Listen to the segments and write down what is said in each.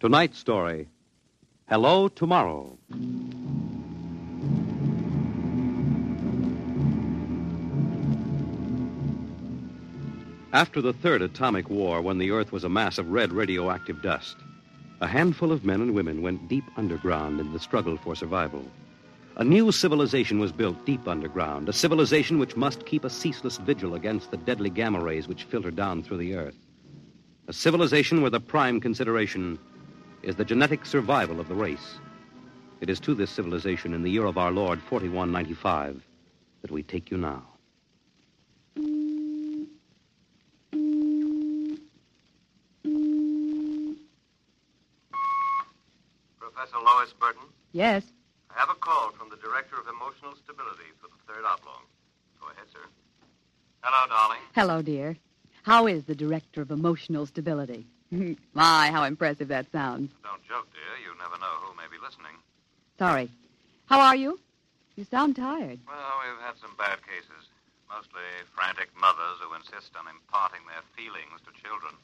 tonight's story Hello Tomorrow. After the third atomic war, when the Earth was a mass of red radioactive dust, a handful of men and women went deep underground in the struggle for survival. A new civilization was built deep underground, a civilization which must keep a ceaseless vigil against the deadly gamma rays which filter down through the Earth. A civilization where the prime consideration is the genetic survival of the race. It is to this civilization in the year of our Lord 4195 that we take you now. Professor Lois Burton, Yes. I have a call from the Director of Emotional Stability for the Third Oblong. Go ahead, sir. Hello, darling. Hello, dear. How is the director of emotional stability? My, how impressive that sounds. Don't joke, dear. You never know who may be listening. Sorry. How are you? You sound tired. Well, we've had some bad cases. Mostly frantic mothers who insist on imparting their feelings to children.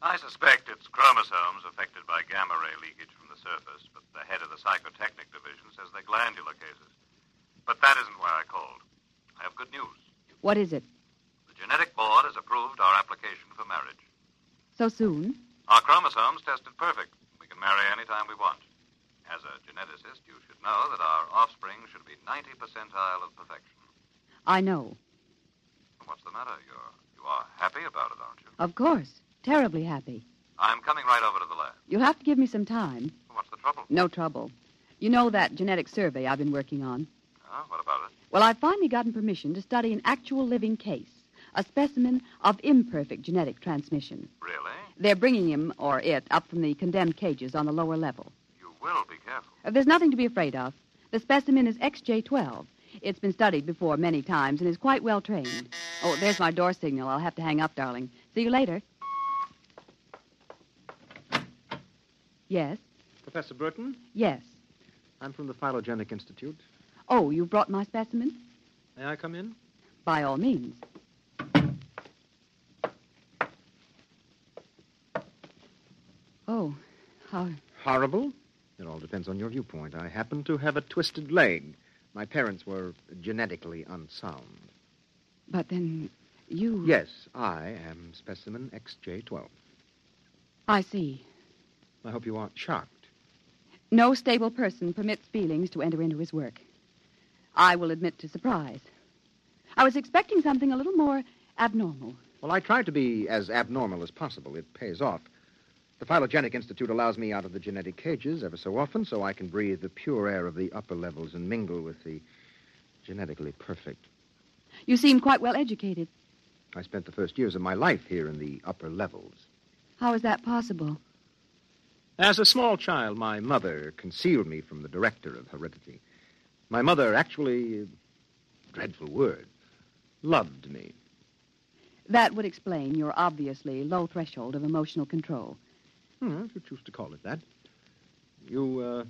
I suspect it's chromosomes affected by gamma ray leakage from the surface, but the head of the psychotechnic division says they're glandular cases. But that isn't why I called. I have good news. What is it? The genetic board has approved our application for marriage. So soon? Our chromosomes tested perfect. We can marry any time we want. As a geneticist, you should know that our offspring should be 90 percentile of perfection. I know. What's the matter? You're, you are happy about it, aren't you? Of course. Terribly happy. I'm coming right over to the lab. You'll have to give me some time. What's the trouble? No trouble. You know that genetic survey I've been working on? Huh? What about it? Well, I've finally gotten permission to study an actual living case, a specimen of imperfect genetic transmission. Really? They're bringing him, or it, up from the condemned cages on the lower level. You will be careful. Uh, There's nothing to be afraid of. The specimen is XJ12. It's been studied before many times and is quite well trained. Oh, there's my door signal. I'll have to hang up, darling. See you later. Yes, Professor Burton, yes. I'm from the Phylogenic Institute. Oh, you brought my specimen? May I come in? By all means. Oh, how Horrible? It all depends on your viewpoint. I happen to have a twisted leg. My parents were genetically unsound. but then you Yes, I am specimen XJ12. I see. I hope you aren't shocked. No stable person permits feelings to enter into his work. I will admit to surprise. I was expecting something a little more abnormal. Well, I try to be as abnormal as possible. It pays off. The Phylogenic Institute allows me out of the genetic cages ever so often so I can breathe the pure air of the upper levels and mingle with the genetically perfect. You seem quite well educated. I spent the first years of my life here in the upper levels. How is that possible? As a small child, my mother concealed me from the director of heredity. My mother actually, dreadful word, loved me. That would explain your obviously low threshold of emotional control. Hmm, if you choose to call it that. You, uh,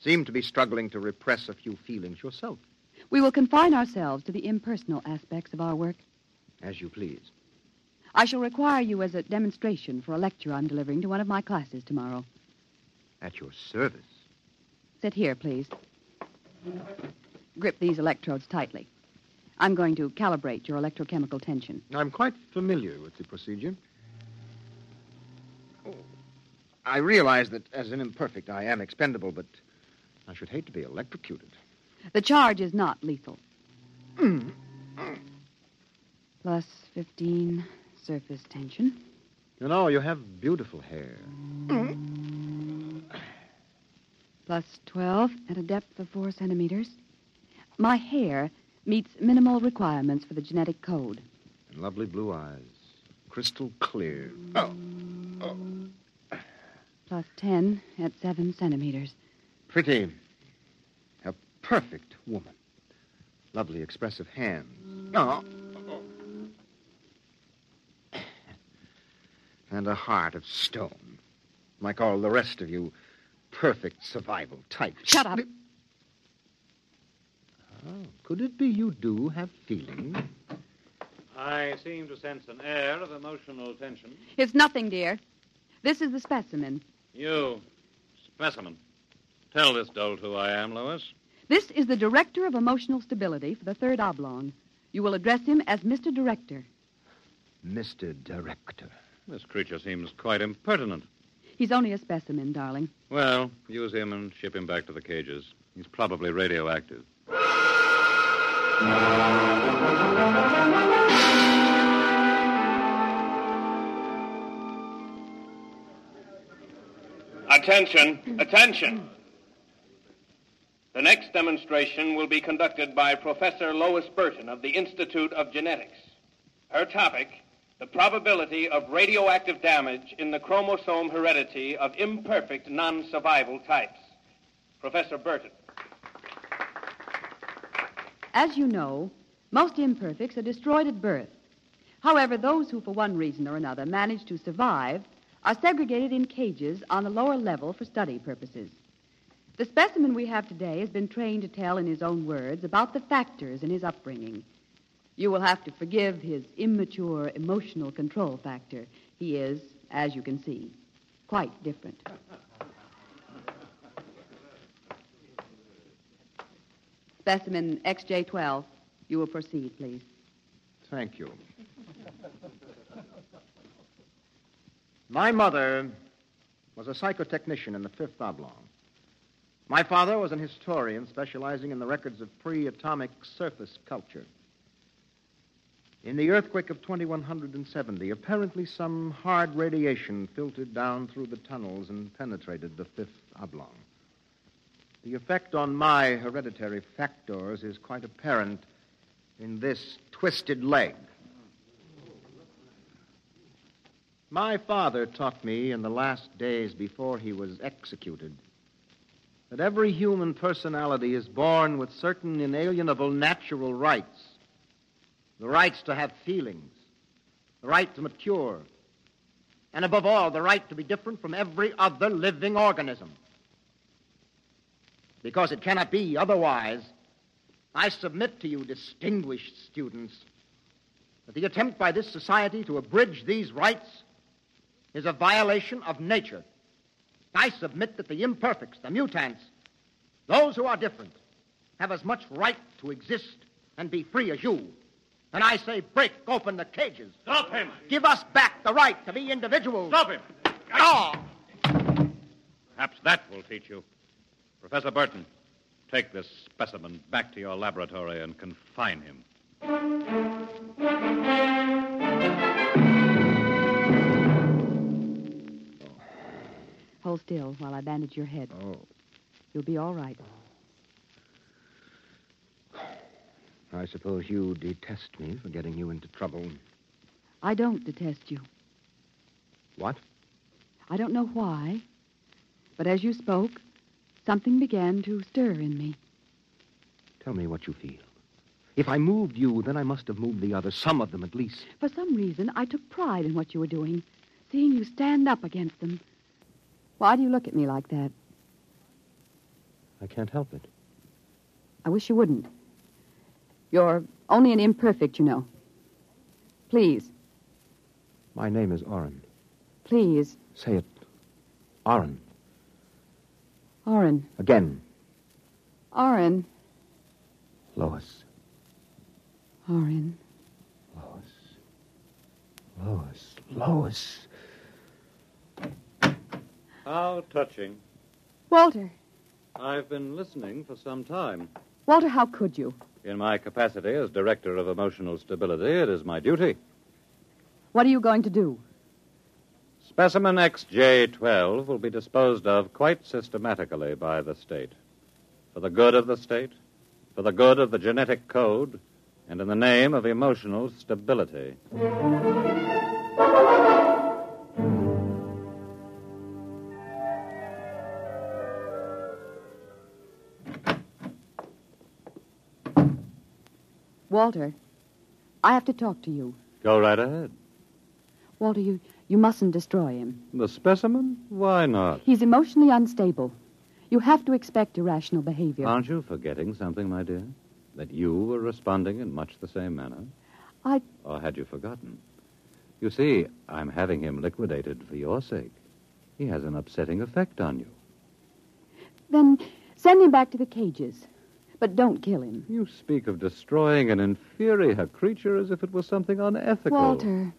seem to be struggling to repress a few feelings yourself, We will confine ourselves to the impersonal aspects of our work. as you please. I shall require you as a demonstration for a lecture I'm delivering to one of my classes tomorrow. At your service. Sit here, please. Grip these electrodes tightly. I'm going to calibrate your electrochemical tension. I'm quite familiar with the procedure. Oh, I realize that as an imperfect, I am expendable, but I should hate to be electrocuted. The charge is not lethal. Plus 15 surface tension. You know, you have beautiful hair. Plus 12 at a depth of 4 centimeters. My hair meets minimal requirements for the genetic code. and lovely blue eyes, crystal clear. Oh, Plus 10 at 7 centimeters. pretty. A perfect woman. Lovely expressive hands. Oh. oh. And a heart of stone. Like all the rest of you, perfect survival type. Shut up. Oh, could it be you do have feelings? I seem to sense an air of emotional tension. It's nothing, dear. This is the specimen. You, specimen. Tell this dolt who I am, Lois. This is the Director of Emotional Stability for the Third Oblong. You will address him as Mr. Director. Mr. Director. This creature seems quite impertinent. He's only a specimen, darling. Well, use him and ship him back to the cages. He's probably radioactive. Attention, attention. The next demonstration will be conducted by Professor Lois Burton of the Institute of Genetics. Her topic, the probability of radioactive damage in the chromosome heredity of imperfect non-survival types. Professor Burton. As you know, most imperfects are destroyed at birth. However, those who, for one reason or another, manage to survive are segregated in cages on the lower level for study purposes. The specimen we have today has been trained to tell, in his own words, about the factors in his upbringing. You will have to forgive his immature emotional control factor. He is, as you can see, quite different. Specimen XJ12, you will proceed, please. Thank you. My mother was a psychotechnician in the Fifth Oblong. My father was an historian specializing in the records of pre atomic surface culture. In the earthquake of 2170, apparently some hard radiation filtered down through the tunnels and penetrated the Fifth Oblong. The effect on my hereditary factors is quite apparent in this twisted leg. My father taught me in the last days before he was executed that every human personality is born with certain inalienable natural rights the rights to have feelings, the right to mature, and above all, the right to be different from every other living organism. Because it cannot be otherwise, I submit to you, distinguished students, that the attempt by this society to abridge these rights is a violation of nature. I submit that the imperfects, the mutants, those who are different, have as much right to exist and be free as you. And I say, break open the cages. Stop him! Give us back the right to be individuals. Stop him! Oh! Perhaps that will teach you. Professor Burton, take this specimen back to your laboratory and confine him. Hold still while I bandage your head. Oh, You'll be all right. I suppose you detest me for getting you into trouble. I don't detest you. What? I don't know why, but as you spoke, something began to stir in me. Tell me what you feel. If I moved you, then I must have moved the others, some of them at least. For some reason, I took pride in what you were doing, seeing you stand up against them. Why do you look at me like that? I can't help it. I wish you wouldn't. You're only an imperfect, you know. Please, My name is Oren. please, Say it. Oren. Oren, Again, Oren, Lois. Orin. Lois, Lois. How touching. Walter. I've been listening for some time. Walter, how could you? In my capacity as Director of Emotional Stability, it is my duty. What are you going to do? Specimen XJ12 will be disposed of quite systematically by the state. For the good of the state, for the good of the genetic code, and in the name of emotional stability. Walter, I have to talk to you. Go right ahead. Walter, you, you mustn't destroy him. The specimen? Why not? He's emotionally unstable. You have to expect irrational behavior. Aren't you forgetting something, my dear? That you were responding in much the same manner? I- Or had you forgotten? You see, I'm having him liquidated for your sake. He has an upsetting effect on you. Then send him back to the cages. But don't kill him. You speak of destroying an inferior creature as if it was something unethical. Walter.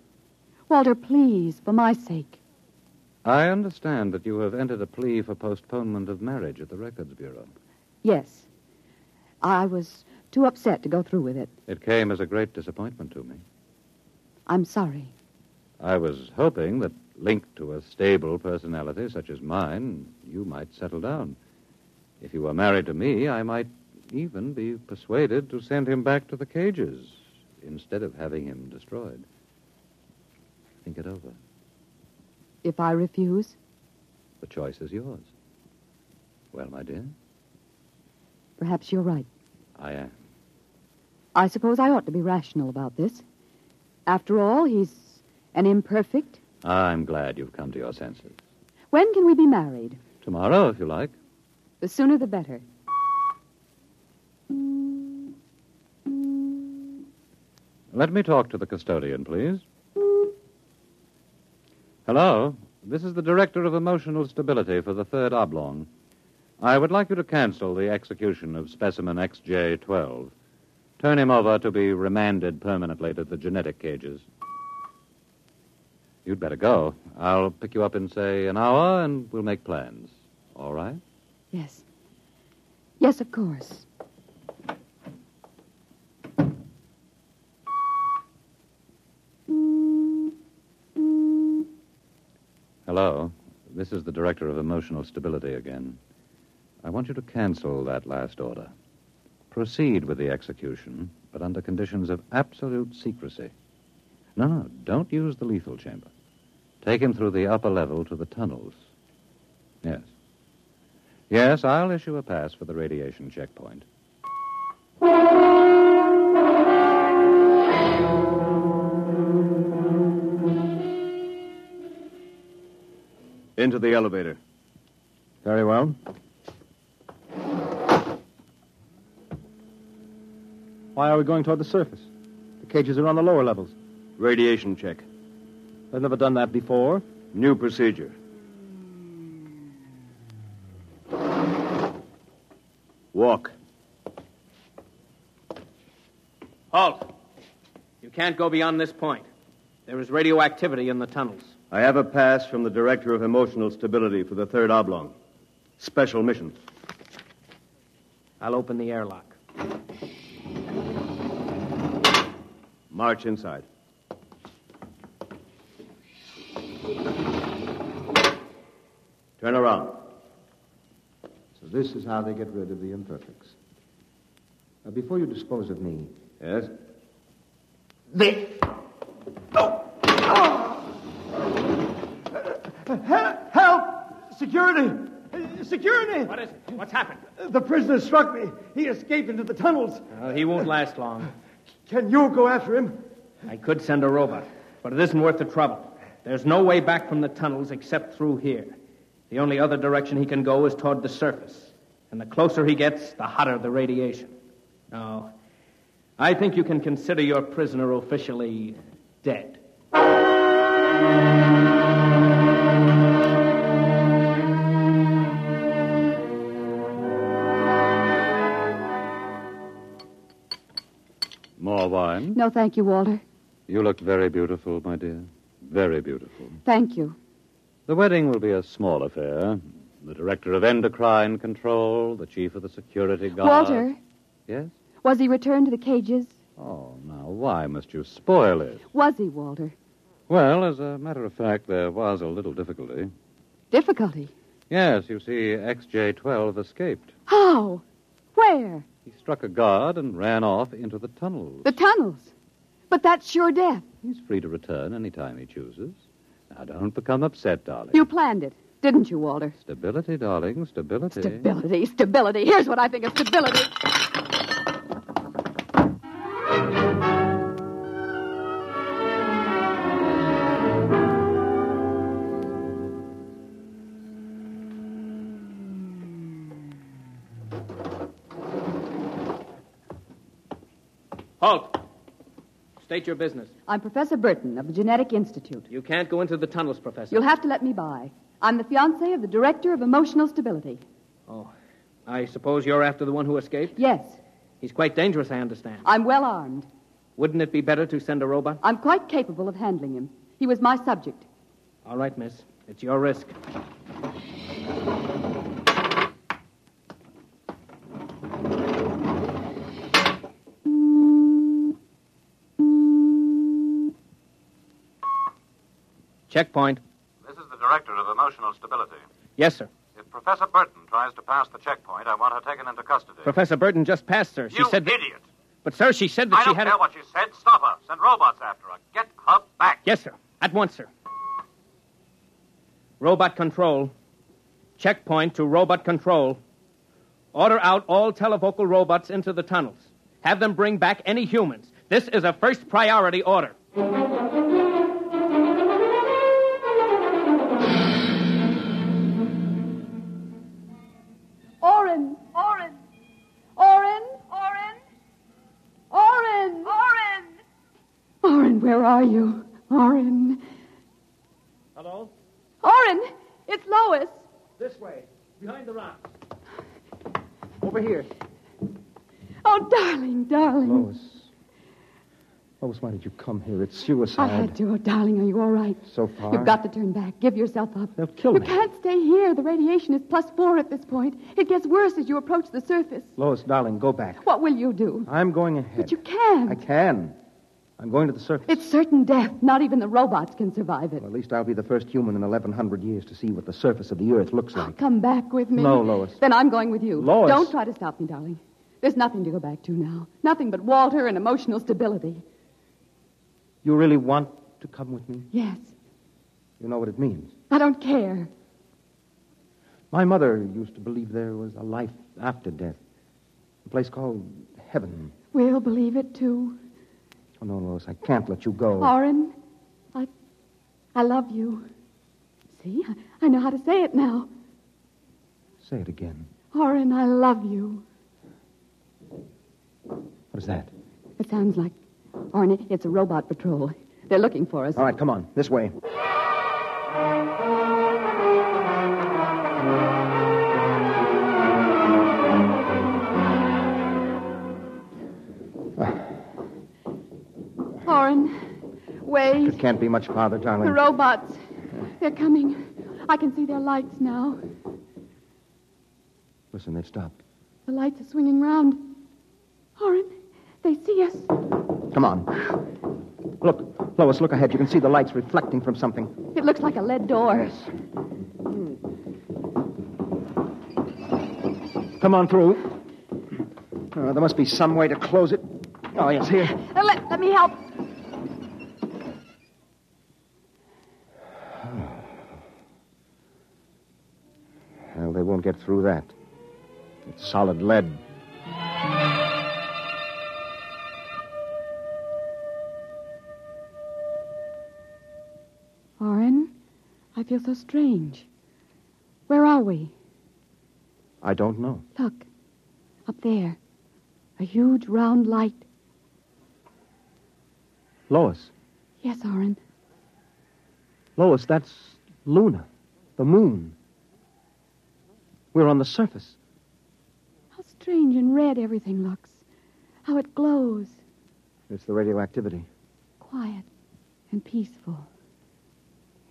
Walter, please, for my sake. I understand that you have entered a plea for postponement of marriage at the Records Bureau. Yes. I was too upset to go through with it. It came as a great disappointment to me. I'm sorry. I was hoping that, linked to a stable personality such as mine, you might settle down. If you were married to me, I might even be persuaded to send him back to the cages instead of having him destroyed. Think it over. If I refuse, The choice is yours. Well, my dear, perhaps you're right. I uh, am. I suppose I ought to be rational about this. After all, he's an imperfect. I'm glad you've come to your senses. When can we be married? Tomorrow, if you like. The sooner the better. Let me talk to the custodian, please. Hello. This is the Director of Emotional Stability for the Third Oblong. I would like you to cancel the execution of specimen XJ12. Turn him over to be remanded permanently to the genetic cages. You'd better go. I'll pick you up in, say, an hour, and we'll make plans. All right? Yes. Yes, of course. Hello. This is the Director of Emotional Stability again. I want you to cancel that last order. Proceed with the execution, but under conditions of absolute secrecy. No, no, don't use the lethal chamber. Take him through the upper level to the tunnels. Yes. Yes, I'll issue a pass for the radiation checkpoint. Into the elevator. Very well. Why are we going toward the surface? The cages are on the lower levels. Radiation check. They've never done that before. New procedure. Walk. Halt! You can't go beyond this point. There is radioactivity in the tunnels. I have a pass from the Director of Emotional Stability for the Third Oblong. Special mission. I'll open the airlock. March inside. Turn around. So this is how they get rid of the imperfects. Now, before you dispose of me, Yes? Oh! Help! Security! Security! What is it? What's happened? The prisoner struck me. He escaped into the tunnels. Uh, he won't last long. Can you go after him? I could send a robot, but it isn't worth the trouble. There's no way back from the tunnels except through here. The only other direction he can go is toward the surface. And the closer he gets, the hotter the radiation. Now, I think you can consider your prisoner officially dead. More wine? No, thank you, Walter. You look very beautiful, my dear. Very beautiful. Thank you. The wedding will be a small affair. The director of endocrine control, the chief of the security guard. Walter, Yes? was he returned to the cages? Oh, now, why must you spoil it? Was he, Walter? Well, as a matter of fact, there was a little difficulty. Difficulty. Yes, you see, XJ12 escaped. How? Where? He struck a guard and ran off into the tunnels. The tunnels. But that's sure death. He's free to return any time he chooses. Now, don't become upset, darling. You planned it, didn't you, Walter? Stability, darling, stability. Stability, stability. Here's what I think of stability. Halt! State your business. I'm Professor Burton of the Genetic Institute. You can't go into the tunnels, Professor. You'll have to let me by. I'm the fiancé of the Director of Emotional Stability. Oh, I suppose you're after the one who escaped? Yes, He's quite dangerous, I understand. I'm well armed. Wouldn't it be better to send a robot? I'm quite capable of handling him. He was my subject. All right, miss. It's your risk. Checkpoint. This is the director of emotional stability. Yes, sir. If Professor Burton tries to pass the checkpoint, I want her taken into custody. Professor Burton just passed, sir. She you said that. idiot! But, sir, she said that I she don't had. care a- what you said. Stop her. Send robots after her. Get her back. Yes, sir. At once, sir. Robot control. Checkpoint to robot control. Order out all televocal robots into the tunnels. Have them bring back any humans. This is a first priority order. Orin! Orin! Orin! Orin! Orin! Orin! Orin, where are you? Orin. Hello? Orin! It's Lois! This way. Behind the rock. Over here. Oh, darling, darling. Lois. Lois, why did you come here? It's I suicide. had to. Oh, darling, are you all right? So far. You've got to turn back. Give yourself up. They'll kill you me. can't stay here. The radiation is plus four at this point. It gets worse as you approach the surface. Lois, darling, go back. What will you do? I'm going ahead. But you can't. I can. I'm going to the surface. It's certain death. Not even the robots can survive it. Well, at least I'll be the first human in 1,100 years to see what the surface of the Earth looks like. Come back with me. No, Lois. Then I'm going with you. Lois. Don't try to stop me, darling. There's nothing to go back to now. Nothing but Walter and emotional stability. You really want to come with me? Yes. You know what it means. I don't care. My mother used to believe there was a life after death, a place called heaven. We'll believe it too. Oh, no, Lois, I can't let you go. Orin, I, I love you. See, I, I know how to say it now. Say it again. Orin, I love you. What is that? It sounds like, Orin, it's a robot patrol. They're looking for us. All right, come on, this way. Orin, wait. It can't be much farther, The darling. robots. They're coming. I can see their lights now. Listen, they've stopped. The lights are swinging round. Orin, they see us. Come on. Look, Lois, look ahead. You can see the lights reflecting from something. It looks like a lead door. Come on through. Uh, there must be some way to close it. Oh, yes, here. Uh, let, let me help. Well, they won't get through that. It's solid lead. Orin, I feel so strange. Where are we? I don't know. Look, up there. A huge round light. Lois, Yes, Orin. Lois, that's Luna, the moon. We're on the surface. How strange and red everything looks. How it glows. It's the radioactivity. Quiet and peaceful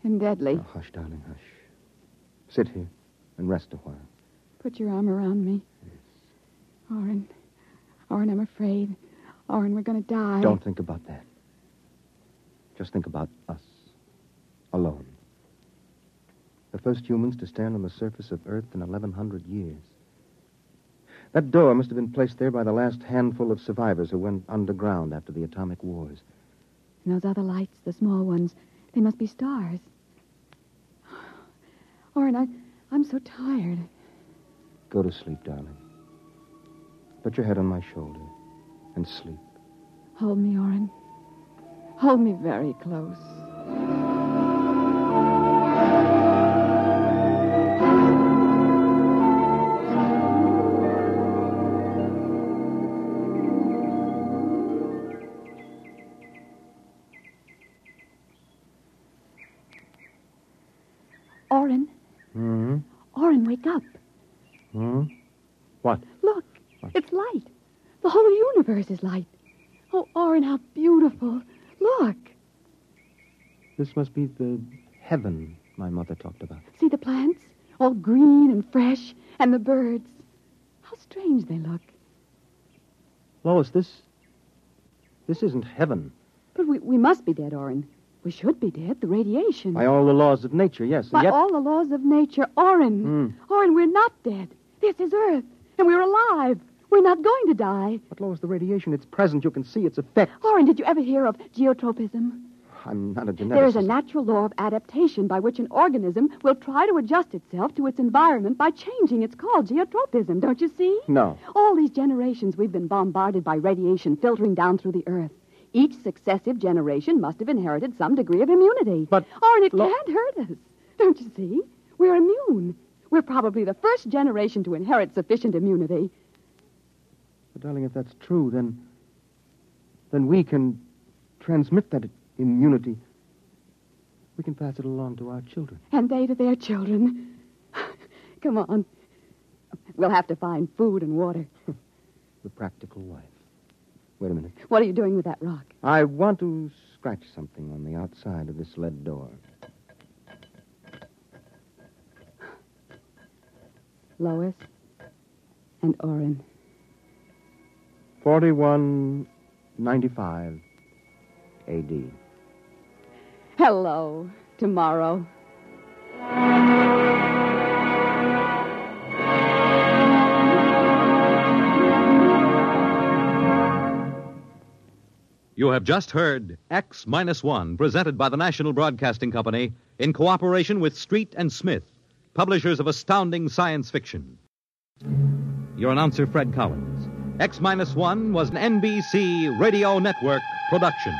and deadly. Now, Oh, hush, darling, hush. Sit here and rest a while. Put your arm around me. Orin, Orin, I'm afraid. Orin, we're going to die. Don't think about that. Just think about us. Alone. The first humans to stand on the surface of Earth in 1,100 years. That door must have been placed there by the last handful of survivors who went underground after the atomic wars. And those other lights, the small ones, they must be stars. Orin, I, I'm so tired. Go to sleep, darling. Put your head on my shoulder and sleep. Hold me, Orin. Hold me very close. Orin, Hmm? Orin, wake up. Hmm? What? Look, it's light. The whole universe is light. Oh, Orin, how beautiful. Look. This must be the heaven my mother talked about. See the plants? All green and fresh, and the birds. How strange they look. Lois, this. This isn't heaven. But we, we must be dead, Orin. We should be dead. The radiation. By all the laws of nature, yes. and By yet. all the laws of nature, Orin. Hmm. Orin, we're not dead. This is Earth, and we're alive. We're not going to die. But Lois, the radiation, it's present. You can see its effect. Orin, did you ever hear of geotropism? I'm not a geneticist. There is a natural law of adaptation by which an organism will try to adjust itself to its environment by changing. It's called geotropism, don't you see? No. All these generations, we've been bombarded by radiation filtering down through the earth. Each successive generation must have inherited some degree of immunity. But. Or it Lo- can't hurt us. Don't you see? We're immune. We're probably the first generation to inherit sufficient immunity. But, darling, if that's true, then. Then we can transmit that immunity. We can pass it along to our children. and they to their children. Come on. We'll have to find food and water. The practical wife. Wait a minute. What are you doing with that rock? I want to scratch something on the outside of this lead door. Lois and Orin. 4195 AD. Hello, tomorrow. You have just heard X Minus One, presented by the National Broadcasting Company in cooperation with Street and Smith, publishers of astounding science fiction. Your announcer, Fred Collins. X Minus One was an NBC Radio Network production.